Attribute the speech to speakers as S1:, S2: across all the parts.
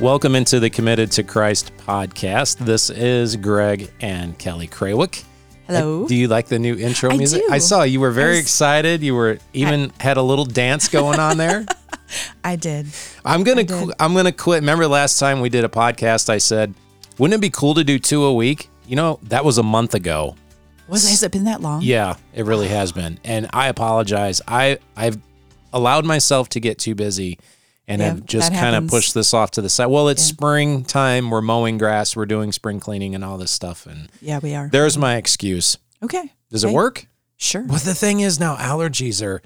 S1: Welcome into the Committed to Christ podcast. This is Greg and Kelly Krawick.
S2: Hello.
S1: Do you like the new intro
S2: I
S1: music?
S2: do.
S1: I saw you were very
S2: was-
S1: excited. You were even had a little dance going on there.
S2: I did.
S1: I'm gonna qu- I'm gonna quit. Remember last time we did a podcast? I said, wouldn't it be cool to do two a week? You know, that was a month ago.
S2: Was has it been that long?
S1: Yeah, it really has been. And I apologize. I I've allowed myself to get too busy and
S2: Yeah,
S1: have just
S2: that
S1: kind of
S2: happens.
S1: pushed this off to the side. Well, it's springtime. We're mowing grass. We're doing spring cleaning and all this stuff. And
S2: Yeah, we are.
S1: there's my excuse.
S2: okay.
S1: Does it
S2: Okay.
S1: work?
S2: Sure.
S1: Well, the thing is now allergies are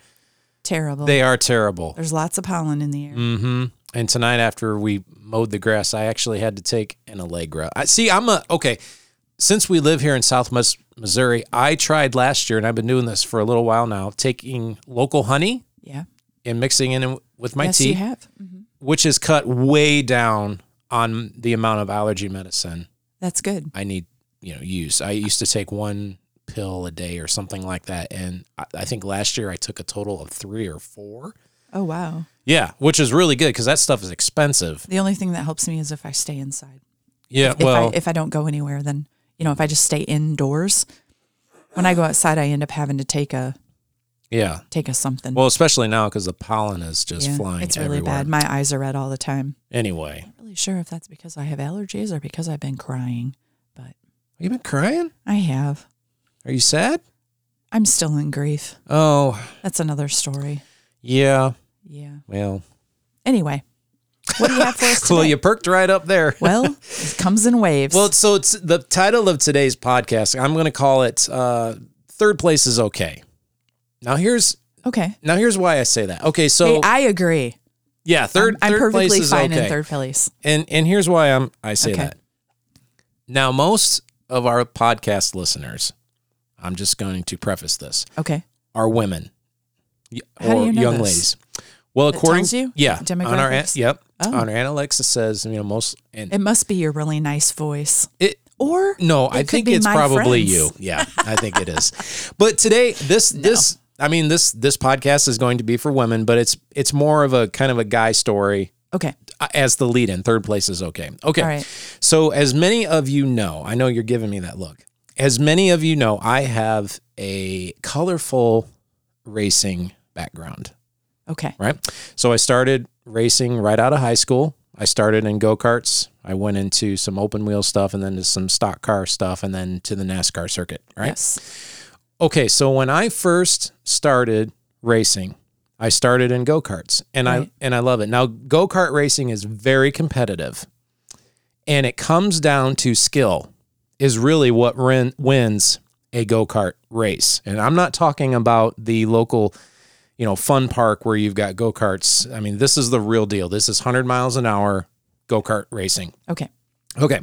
S2: Terrible.
S1: they are terrible.
S2: There's lots of pollen in the air.
S1: Mm-hmm. And tonight after we mowed the grass, I actually had to take an Allegra. I see. I'm a okay. Since we live here in South Mis- Missouri, I tried last year, and I've been doing this for a little while now, taking local honey
S2: Yeah.
S1: and mixing it in with my
S2: yes,
S1: tea,
S2: you have. hmm
S1: which is cut way down on the amount of allergy medicine
S2: That's good.
S1: I need, you know, use. I used to take one pill a day or something like that, and I, I think last year I took a total of three or four.
S2: Oh wow.
S1: Yeah, which is really good because that stuff is expensive.
S2: The only thing that helps me is if I stay inside.
S1: Yeah,
S2: If
S1: well,
S2: I, if I don't go anywhere, then you know, if I just stay indoors, when I go outside, I end up having to take a
S1: yeah.
S2: take a something.
S1: Well, especially now because the pollen is just
S2: Yeah,
S1: flying
S2: it's really
S1: everywhere.
S2: bad. My eyes are red all the time.
S1: Anyway,
S2: Not really sure if that's because I have allergies or because I've been crying, but
S1: you been crying?
S2: I have.
S1: Are you sad?
S2: I'm still in grief.
S1: Oh,
S2: That's another story.
S1: yeah.
S2: Yeah.
S1: Well,
S2: Anyway, what do you have for us
S1: well,
S2: today?
S1: you perked right up there.
S2: well, it comes in waves.
S1: Well, so it's the title of today's podcast. I'm going to call it uh, "Third Place is Okay." Now here's
S2: okay.
S1: now here's why I say that. Okay,
S2: Hey,
S1: so
S2: I agree.
S1: yeah, third
S2: I'm
S1: third place
S2: perfectly
S1: is
S2: fine
S1: okay,
S2: in third place.
S1: and and here's why I'm I say
S2: Okay.
S1: that. Now most of our podcast listeners, I'm just going to preface this,
S2: Okay.
S1: are women y- or
S2: How do you know
S1: young
S2: this?
S1: ladies. Well, according
S2: tells you?
S1: yeah, on our an-
S2: Demographics?
S1: yep
S2: Oh.
S1: on our analytics it says you know most and
S2: It must be your really nice voice.
S1: it
S2: Or
S1: No, I
S2: could
S1: think
S2: be
S1: it's
S2: my
S1: probably
S2: friends.
S1: you. Yeah, I think it is. But today, this this I mean this this podcast is going to be for women, but it's it's more of a kind of a guy story
S2: Okay.
S1: uh, as the lead in. Third place is okay. Okay.
S2: All right.
S1: So as many of you know, I know you're giving me that look. As many of you know, I have a colorful racing background
S2: Okay.
S1: right? So I started racing right out of high school. I started in go karts. I went into some open wheel stuff and then to some stock car stuff and then to the NASCAR circuit, right?
S2: Yes.
S1: Okay, so when I first started racing, I started in go karts and I
S2: Right.
S1: and I love it. Now go kart racing is very competitive, and it comes down to skill, is really what rin- wins a go kart race. And I'm not talking about the local, you know, fun park where you've got go karts. I mean, this is the real deal. This is 100 miles an hour go kart racing.
S2: Okay.
S1: Okay.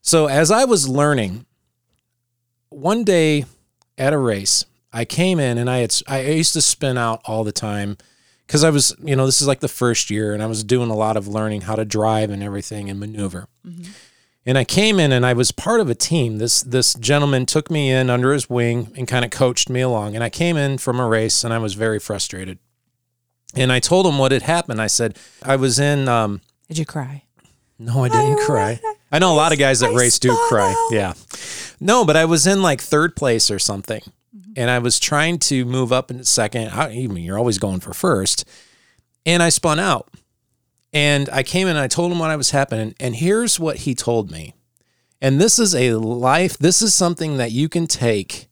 S1: So as I was learning, one day at a race, I came in and I had I used to spin out all the time because I was, you know, this is like the first year and I was doing a lot of learning how to drive and everything and maneuver. And I came in and I was part of a team. This this gentleman took me in under his wing and kind of coached me along. And I came in from a race and I was very frustrated. And I told him what had happened. I said I was in um,
S2: Did you cry?
S1: no, I didn't
S2: I
S1: cry.
S2: ra-
S1: I know a lot of guys that
S2: I
S1: race do
S2: spun
S1: cry.
S2: out.
S1: Yeah. No, but I was in like third place or something. And I was trying to move up into second. I, I mean, you're always going for first. And I spun out. And I came in and I told him what I was happening. And here's what he told me. And this is a life, this is something that you can take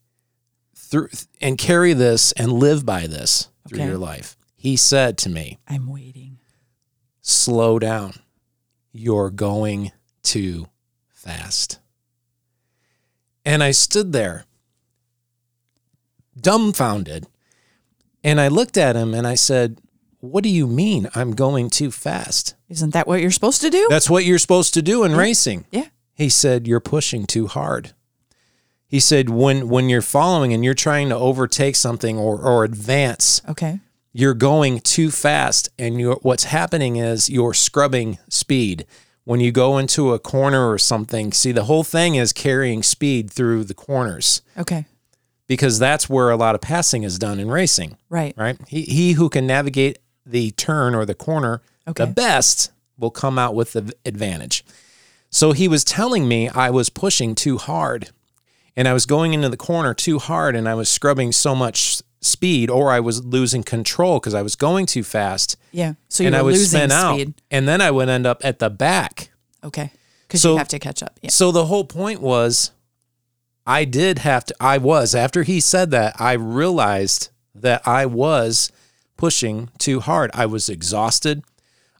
S1: through and carry this and live by this through
S2: Okay.
S1: your life. He said to me,
S2: I'm waiting.
S1: slow down. You're going too fast. And I stood there, dumbfounded. And I looked at him and I said, What do you mean I'm going too fast?
S2: Isn't that what you're supposed to do?
S1: That's what you're supposed to do in racing.
S2: yeah.
S1: He said, You're pushing too hard. He said, when, when you're following and you're trying to overtake something or, or advance,
S2: Okay.
S1: you're going too fast and you're, what's happening is you're scrubbing speed when you go into a corner or something see the whole thing is carrying speed through the corners
S2: Okay.
S1: because that's where a lot of passing is done in racing
S2: Right.
S1: right he, he who can navigate the turn or the corner
S2: Okay.
S1: the best will come out with the advantage. So he was telling me I was pushing too hard and I was going into the corner too hard and I was scrubbing so much speed or I was losing control because I was going too fast
S2: Yeah. So you're
S1: and I would
S2: losing
S1: spin out
S2: speed.
S1: and then I would end up at the back.
S2: Okay. Because
S1: So-
S2: you have to catch up. Yeah.
S1: So the whole point was I did have to I was after he said that I realized that I was pushing too hard. I was exhausted.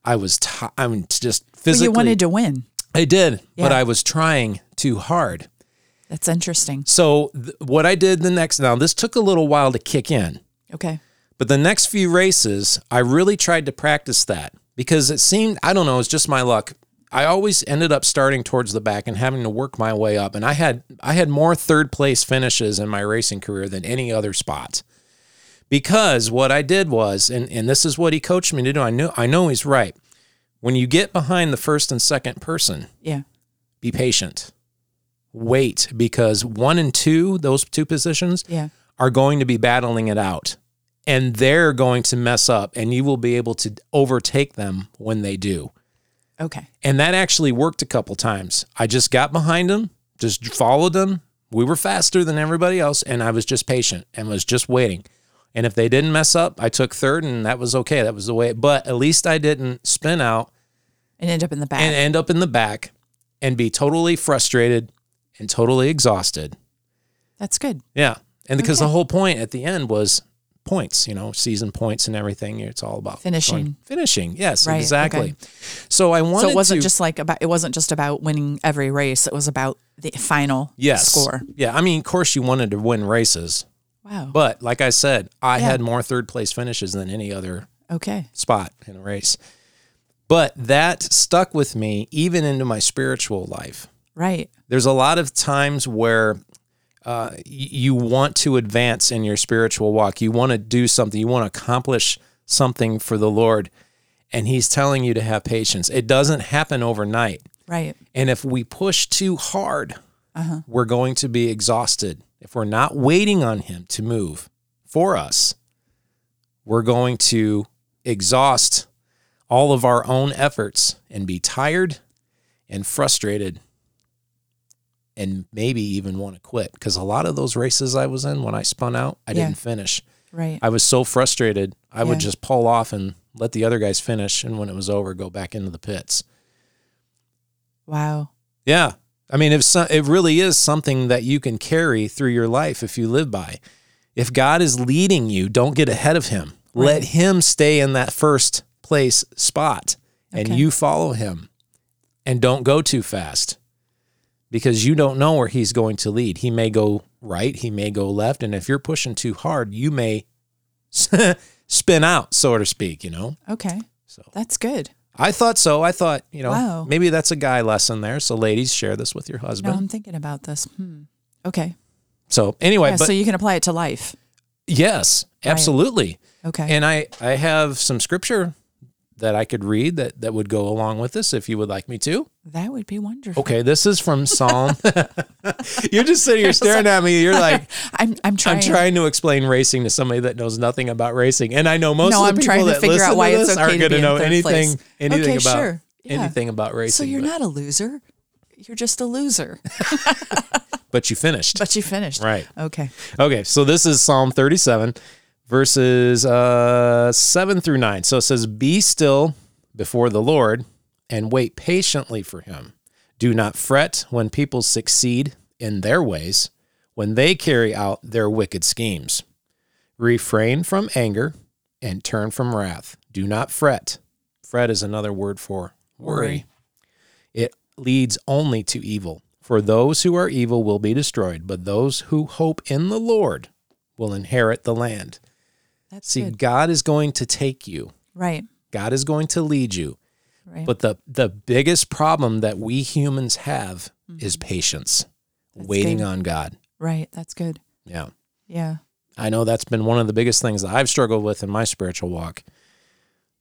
S1: I was ti I mean just
S2: But
S1: physically
S2: you wanted to win.
S1: I did, but
S2: Yeah.
S1: I was trying too hard.
S2: That's interesting.
S1: So th- what I did the next now this took a little while to kick in,
S2: Okay.
S1: but the next few races I really tried to practice that because it seemed I don't know it's just my luck. I always ended up starting towards the back and having to work my way up, and I had I had more third place finishes in my racing career than any other spot. Because what I did was, and, and this is what he coached me to do. I knew I know he's right. When you get behind the first and second person,
S2: Yeah.
S1: be patient. Wait, because one and two, those two positions,
S2: Yeah.
S1: are going to be battling it out. And they're going to mess up, and you will be able to overtake them when they do.
S2: Okay.
S1: And that actually worked a couple times. I just got behind them, just followed them. We were faster than everybody else, and I was just patient and was just waiting. And if they didn't mess up, I took third, and that was okay. That was the way. But at least I didn't spin out
S2: And end up in the back.
S1: and end up in the back and be totally frustrated and totally exhausted.
S2: That's good.
S1: Yeah. And because the
S2: Okay.
S1: whole point at the end was points, you know, season points and everything. It's all about
S2: Finishing.
S1: going- finishing. Yes,
S2: Right,
S1: exactly.
S2: okay.
S1: So I wanted
S2: So it wasn't
S1: to,
S2: just like about it wasn't just about winning every race. It was about the final
S1: yes,
S2: score.
S1: Yeah. I mean, of course you wanted to win races,
S2: Wow.
S1: but like I said, I
S2: Yeah.
S1: had more third place finishes than any other
S2: okay.
S1: spot in a race. But that stuck with me even into my spiritual life.
S2: Right.
S1: there's a lot of times where uh, y- you want to advance in your spiritual walk. You want to do something. You want to accomplish something for the Lord. And He's telling you to have patience. It doesn't happen overnight.
S2: Right.
S1: And if we push too hard,
S2: Uh-huh.
S1: we're going to be exhausted. If we're not waiting on Him to move for us, we're going to exhaust all of our own efforts and be tired and frustrated and maybe even want to quit. Because a lot of those races I was in when I spun out, I
S2: Yeah.
S1: didn't finish.
S2: Right.
S1: I was so frustrated, I would
S2: Yeah.
S1: just pull off and let the other guys finish. And when it was over, go back into the pits.
S2: Wow.
S1: Yeah. I mean, if so, it really is something that you can carry through your life if you live by. If God is leading you, don't get ahead of him. Let
S2: Right.
S1: him stay in that first place spot and
S2: Okay.
S1: you follow him and don't go too fast because you don't know where he's going to lead. He may go right, he may go left. And if you're pushing too hard, you may spin out, so to speak, you know?
S2: Okay.
S1: So.
S2: That's good.
S1: I thought so. I thought, you know,
S2: Wow.
S1: maybe that's a guy lesson there. So, ladies, share this with your
S2: No,
S1: husband.
S2: I'm thinking about this. Hmm. Okay.
S1: So, anyway,
S2: Yeah,
S1: but
S2: so you can apply it to life.
S1: yes, absolutely.
S2: Okay.
S1: And I, I have some scripture that I could read that, that would go along with this if you would like me to.
S2: that would be wonderful.
S1: Okay, this is from Psalm. you're just sitting here staring at me. You're like,
S2: I'm I'm trying.
S1: I'm trying to explain racing to somebody that knows nothing about racing, and I know most
S2: No,
S1: of the
S2: I'm
S1: people
S2: trying to
S1: that
S2: figure
S1: listen
S2: out why
S1: to
S2: it's
S1: this
S2: okay
S1: aren't
S2: to
S1: going
S2: be in
S1: know
S2: third
S1: anything,
S2: place.
S1: anything
S2: Okay,
S1: about
S2: sure. Yeah.
S1: anything about
S2: so
S1: racing.
S2: you're
S1: but,
S2: not a loser. You're just a loser.
S1: but you finished,
S2: But you finished.
S1: right?
S2: Okay.
S1: Okay, so this is Psalm 37, verses uh, 7 through 9. So it says, Be still before the Lord and wait patiently for him. Do not fret when people succeed in their ways, when they carry out their wicked schemes. Refrain from anger and turn from wrath. Do not fret. Fret is another word for worry.
S2: Worry.
S1: It leads only to evil. For those who are evil will be destroyed, but those who hope in the Lord will inherit the land.
S2: That's
S1: See,
S2: good.
S1: God is going to take you.
S2: Right.
S1: God is going to lead you.
S2: Right.
S1: But the the biggest problem that we humans have is patience,
S2: Mm-hmm. That's
S1: waiting
S2: good.
S1: on God.
S2: right. That's good.
S1: Yeah.
S2: Yeah.
S1: I know that's been one of the biggest things that I've struggled with in my spiritual walk.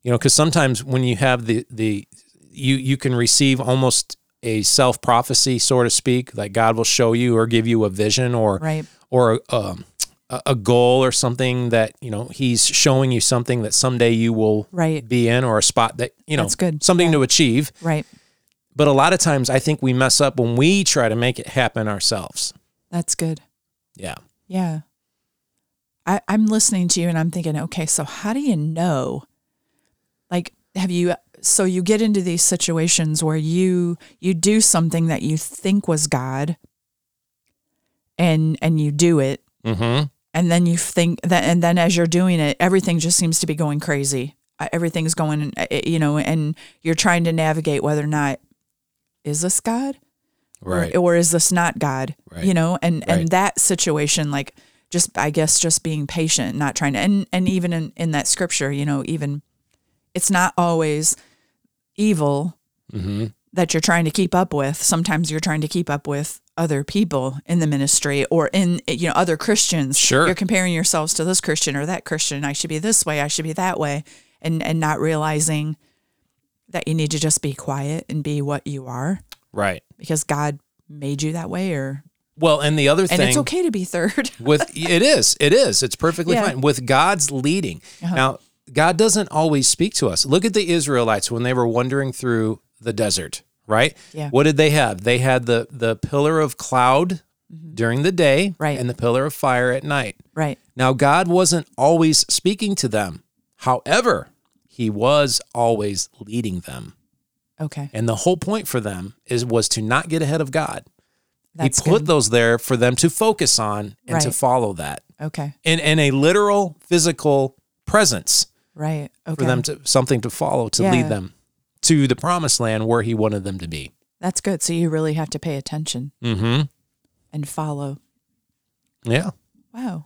S1: You know, because sometimes when you have the the you you can receive almost a self prophecy, so to speak, like God will show you or give you a vision or
S2: Right.
S1: or um, a, a goal or something that you know he's showing you something that someday you will
S2: Right.
S1: be in or a spot that you know
S2: That's good.
S1: something to achieve
S2: Right.
S1: but a lot of times i think we mess up when we try to make it happen ourselves
S2: That's good.
S1: yeah
S2: Yeah. I, I'm listening to you and I'm thinking, okay, so how do you know? Like, have you, so you get into these situations where you, you do something that you think was God and, and you do it.
S1: mm-hmm
S2: And then you think that, and then as you're doing it, everything just seems to be going crazy. Uh, Everything's going, uh, you know, and you're trying to navigate whether or not, is this God?
S1: right
S2: or, or is this not God?
S1: Right.
S2: You know, and
S1: Right.
S2: and that situation, like just I guess just being patient, not trying to, and and even in in that scripture, you know, even it's not always evil
S1: mm-hmm
S2: that you're trying to keep up with. Sometimes you're trying to keep up with other people in the ministry or in you know other Christians.
S1: Sure.
S2: You're comparing yourselves to this Christian or that Christian. I should be this way, I should be that way. And and not realizing that you need to just be quiet and be what you are
S1: right
S2: because God made you that way or
S1: well and the other thing
S2: and it's okay to be third.
S1: with it is it is it's perfectly
S2: Yeah. Uh-huh.
S1: fine with god's leading now god doesn't always speak to us look at the israelites when they were wandering through the desert right
S2: Yeah.
S1: what did they have they had the the pillar of cloud during the day
S2: Mm-hmm. Right.
S1: and the pillar of fire at night
S2: right.
S1: now god wasn't always speaking to them however he was always leading them
S2: Okay.
S1: and the whole point for them is was to not get ahead of god
S2: That's
S1: he put
S2: good.
S1: those there for them to focus on and to
S2: Right.
S1: follow that
S2: okay.
S1: in, in a literal physical presence
S2: Right. Okay.
S1: for them to something to follow to
S2: Yeah.
S1: lead them to the promised land where he wanted them to be.
S2: That's good. So you really have to pay attention
S1: Mm-hmm.
S2: and follow.
S1: Yeah.
S2: Wow.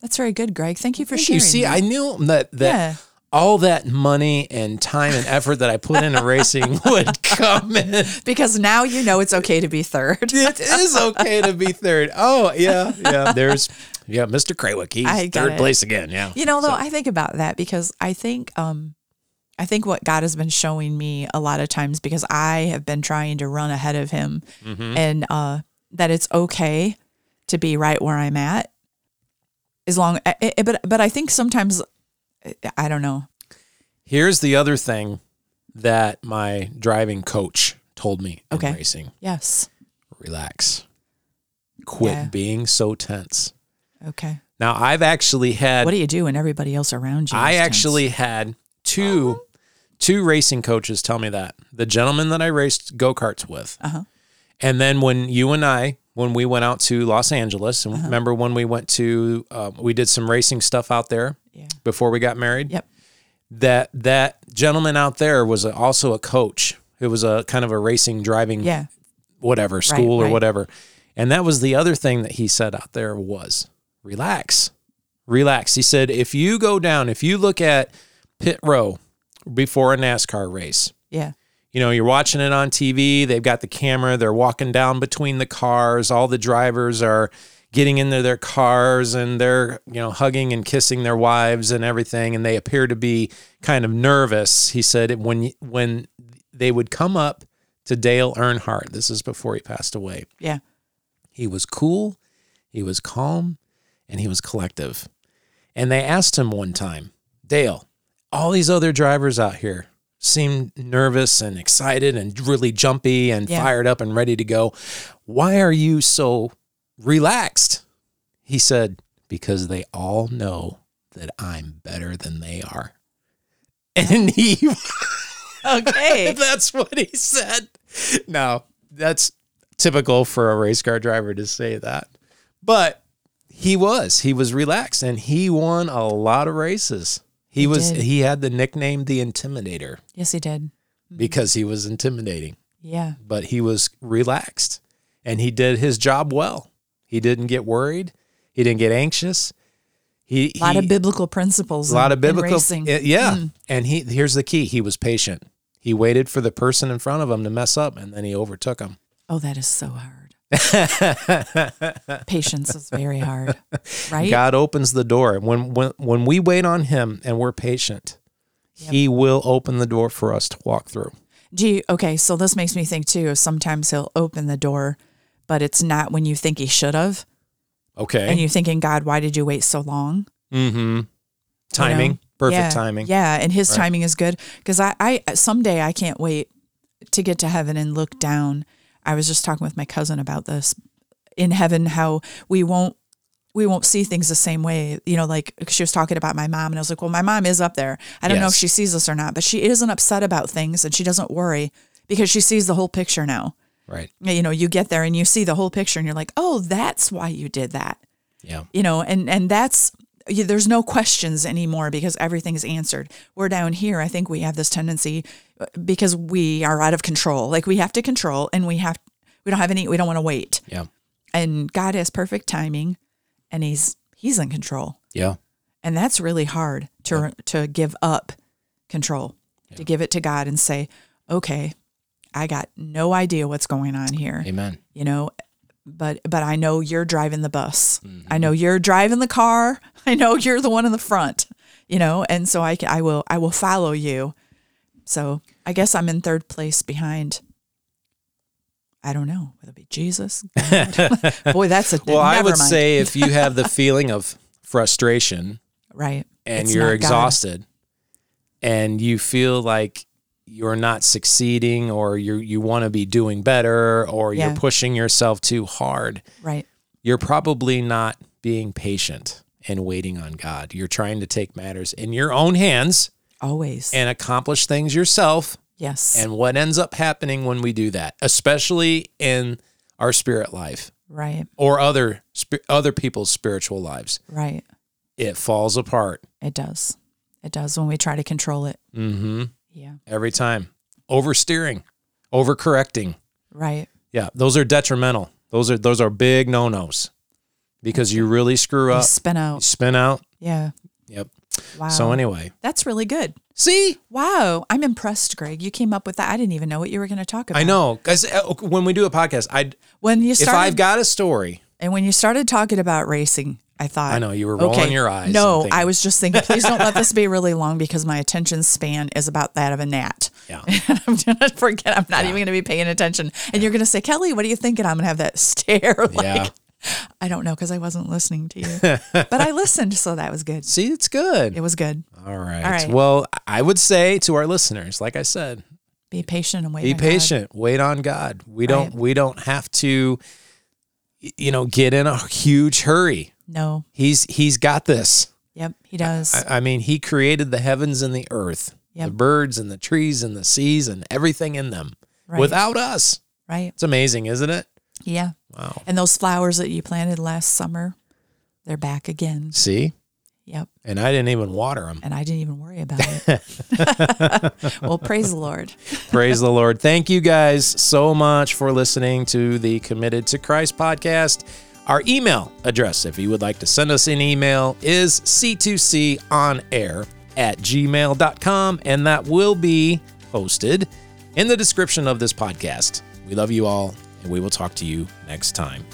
S2: That's very good, Greg. Thank you for
S1: Thank
S2: sharing.
S1: you see,
S2: that.
S1: I knew that that
S2: Yeah.
S1: all that money and time and effort that I put into racing would come in.
S2: because now you know it's okay to be third.
S1: It is okay to be third. Oh yeah, yeah. There's yeah, Mr. Krawick. He's
S2: I got
S1: third
S2: it.
S1: place again. Yeah.
S2: You know, though, I think about that because I think, um, I think what God has been showing me a lot of times because I have been trying to run ahead of Him,
S1: Mm-hmm.
S2: and uh, that it's okay to be right where I'm at, as long. I, I- but but I think sometimes, eh, I don't know.
S1: Here's the other thing that my driving coach told me in
S2: Okay.
S1: racing.
S2: Yes.
S1: Relax. Quit
S2: Yeah.
S1: being so tense.
S2: Okay.
S1: Now I've actually had
S2: What do you do when everybody else around you?
S1: I
S2: is tense?
S1: actually had two two racing coaches tell me that. The gentleman that I raced go-karts with.
S2: Uh-huh.
S1: And then when you and I when we went out to Los Angeles
S2: Uh-huh.
S1: and remember when we went to um, we did some racing stuff out there
S2: Yeah.
S1: before we got married.
S2: Yep.
S1: That that gentleman out there was a, also a coach. It was a kind of a racing driving
S2: Yeah.
S1: whatever school or
S2: right.
S1: whatever. And that was the other thing that he said out there was relax, relax. He said, if you go down, if you look at pit row before a NASCAR race,
S2: Yeah.
S1: you know, you're watching it on TV, they've got the camera, they're walking down between the cars, all the drivers are getting into their cars and they're, you know, hugging and kissing their wives and everything and they appear to be kind of nervous. He said when when they would come up to Dale Earnhardt, this is before he passed away.
S2: Yeah.
S1: He was cool, he was calm, and he was collective. And they asked him one time, Dale, all these other drivers out here seem nervous and excited and really jumpy and
S2: Yeah.
S1: fired up and ready to go. Why are you so relaxed? He said, Because they all know that I'm better than they are. And he
S2: Okay.
S1: that's what he said. No, that's typical for a race car driver to say that. But he was. He was relaxed and he won a lot of races. He, was
S2: did.
S1: he had the nickname the intimidator
S2: yes, he did.
S1: because he was intimidating,
S2: Yeah.
S1: but he was relaxed and he did his job well. He didn't get worried. He didn't get anxious. He
S2: A lot
S1: he,
S2: of biblical principles.
S1: a lot of
S2: in- in
S1: biblical
S2: racing.
S1: it- yeah and he here's the key he was patient he waited for the person in front of him to mess up and then he overtook him
S2: Oh, that is so hard. Patience is very hard, right?
S1: god opens the door when when when we wait on him and we're patient he will open the door for us to walk through
S2: Do you, okay, so this makes me think too. Sometimes he'll open the door, but it's not when you think he should have.
S1: Okay.
S2: and you're thinking, God, why did you wait so long?
S1: mm-hmm. Timing. Perfect
S2: Yeah.
S1: timing.
S2: Yeah, and His
S1: Right.
S2: timing is good because I, I someday I can't wait to get to heaven and look down. I was just talking with my cousin about this in heaven how we won't we won't see things the same way. You know, like she was talking about my mom, and I was like, well, my mom is up there. I don't know
S1: Yes.
S2: if she sees us or not, but she isn't upset about things and she doesn't worry because she sees the whole picture now.
S1: Right.
S2: You know, you get there and you see the whole picture, and you're like, oh, that's why you did that
S1: Yeah.
S2: you know and and that's you, there's no questions anymore because everything's answered we're down here i think we have this tendency uh, because we are out of control like we have to control and we have we don't have any we don't want to wait
S1: Yeah.
S2: and god has perfect timing and he's he's in control
S1: Yeah.
S2: and that's really hard to to give up control to give it to god and say okay i got no idea what's going on here
S1: Amen.
S2: you know but but i know you're driving the bus
S1: Mm-hmm.
S2: i know you're driving the car i know you're the one in the front you know and so i ca- i will i will follow you so i guess i'm in third place behind i don't know whether it be jesus God. boy that's a
S1: Well, I
S2: never
S1: would
S2: mind.
S1: say if you have the feeling of frustration
S2: right
S1: and
S2: It's
S1: you're
S2: not God.
S1: exhausted and you feel like you're not succeeding or you you want to be doing better or
S2: Yeah.
S1: you're pushing yourself too hard,
S2: right
S1: you're probably not being patient and waiting on God. You're trying to take matters in your own hands
S2: always
S1: and accomplish things yourself.
S2: yes
S1: And what ends up happening when we do that, especially in our spirit life
S2: right
S1: or other sp- other people's spiritual lives,
S2: right
S1: it falls apart.
S2: it does it does when we try to control it
S1: hmm
S2: yeah
S1: every time. Oversteering, overcorrecting.
S2: right
S1: Yeah, those are detrimental. Those are those are big no nos because you really screw
S2: You
S1: up,
S2: spin
S1: you
S2: out
S1: spin out.
S2: yeah
S1: Yep.
S2: wow
S1: So anyway,
S2: that's really good
S1: see,
S2: Wow, I'm impressed, Greg. You came up with that. I didn't even know what you were going to talk about.
S1: I know because when we do a podcast, I
S2: When you
S1: if I've
S2: started
S1: got a story,
S2: and when you started talking about racing, I thought
S1: I know you were rolling your eyes. and
S2: No,
S1: thinking-
S2: I was just thinking, please don't let this be really long because my attention span is about that of a gnat.
S1: Yeah.
S2: I'm gonna forget. I'm not even gonna be paying attention. And you're gonna say, Kelly, what are you thinking? I'm gonna have that stare. like,
S1: Yeah.
S2: I don't know because I wasn't listening to you, but I listened, so that was good.
S1: See, it's good.
S2: It was good.
S1: All right.
S2: All right.
S1: Well, I would say to our listeners, like I said,
S2: Be patient and wait.
S1: be
S2: on Oh God.
S1: patient wait on god we don't we don't have to y- you know get in a huge hurry
S2: No.
S1: he's he's got this
S2: Yep. He does.
S1: i, I mean he created the heavens and the earth the
S2: Yep.
S1: birds and the trees and the seas and everything in them
S2: Right.
S1: without us
S2: right.
S1: it's amazing isn't it
S2: Yeah.
S1: wow
S2: And those flowers that you planted last summer, they're back again.
S1: see
S2: Yep.
S1: and i didn't even water them
S2: And I didn't even worry about it. well, praise the Lord.
S1: Praise the Lord. Thank you guys so much for listening to the Committed to Christ podcast. Our email address, if you would like to send us an email, is c2conair at gmail.com, and that will be posted in the description of this podcast. We love you all, and we will talk to you next time.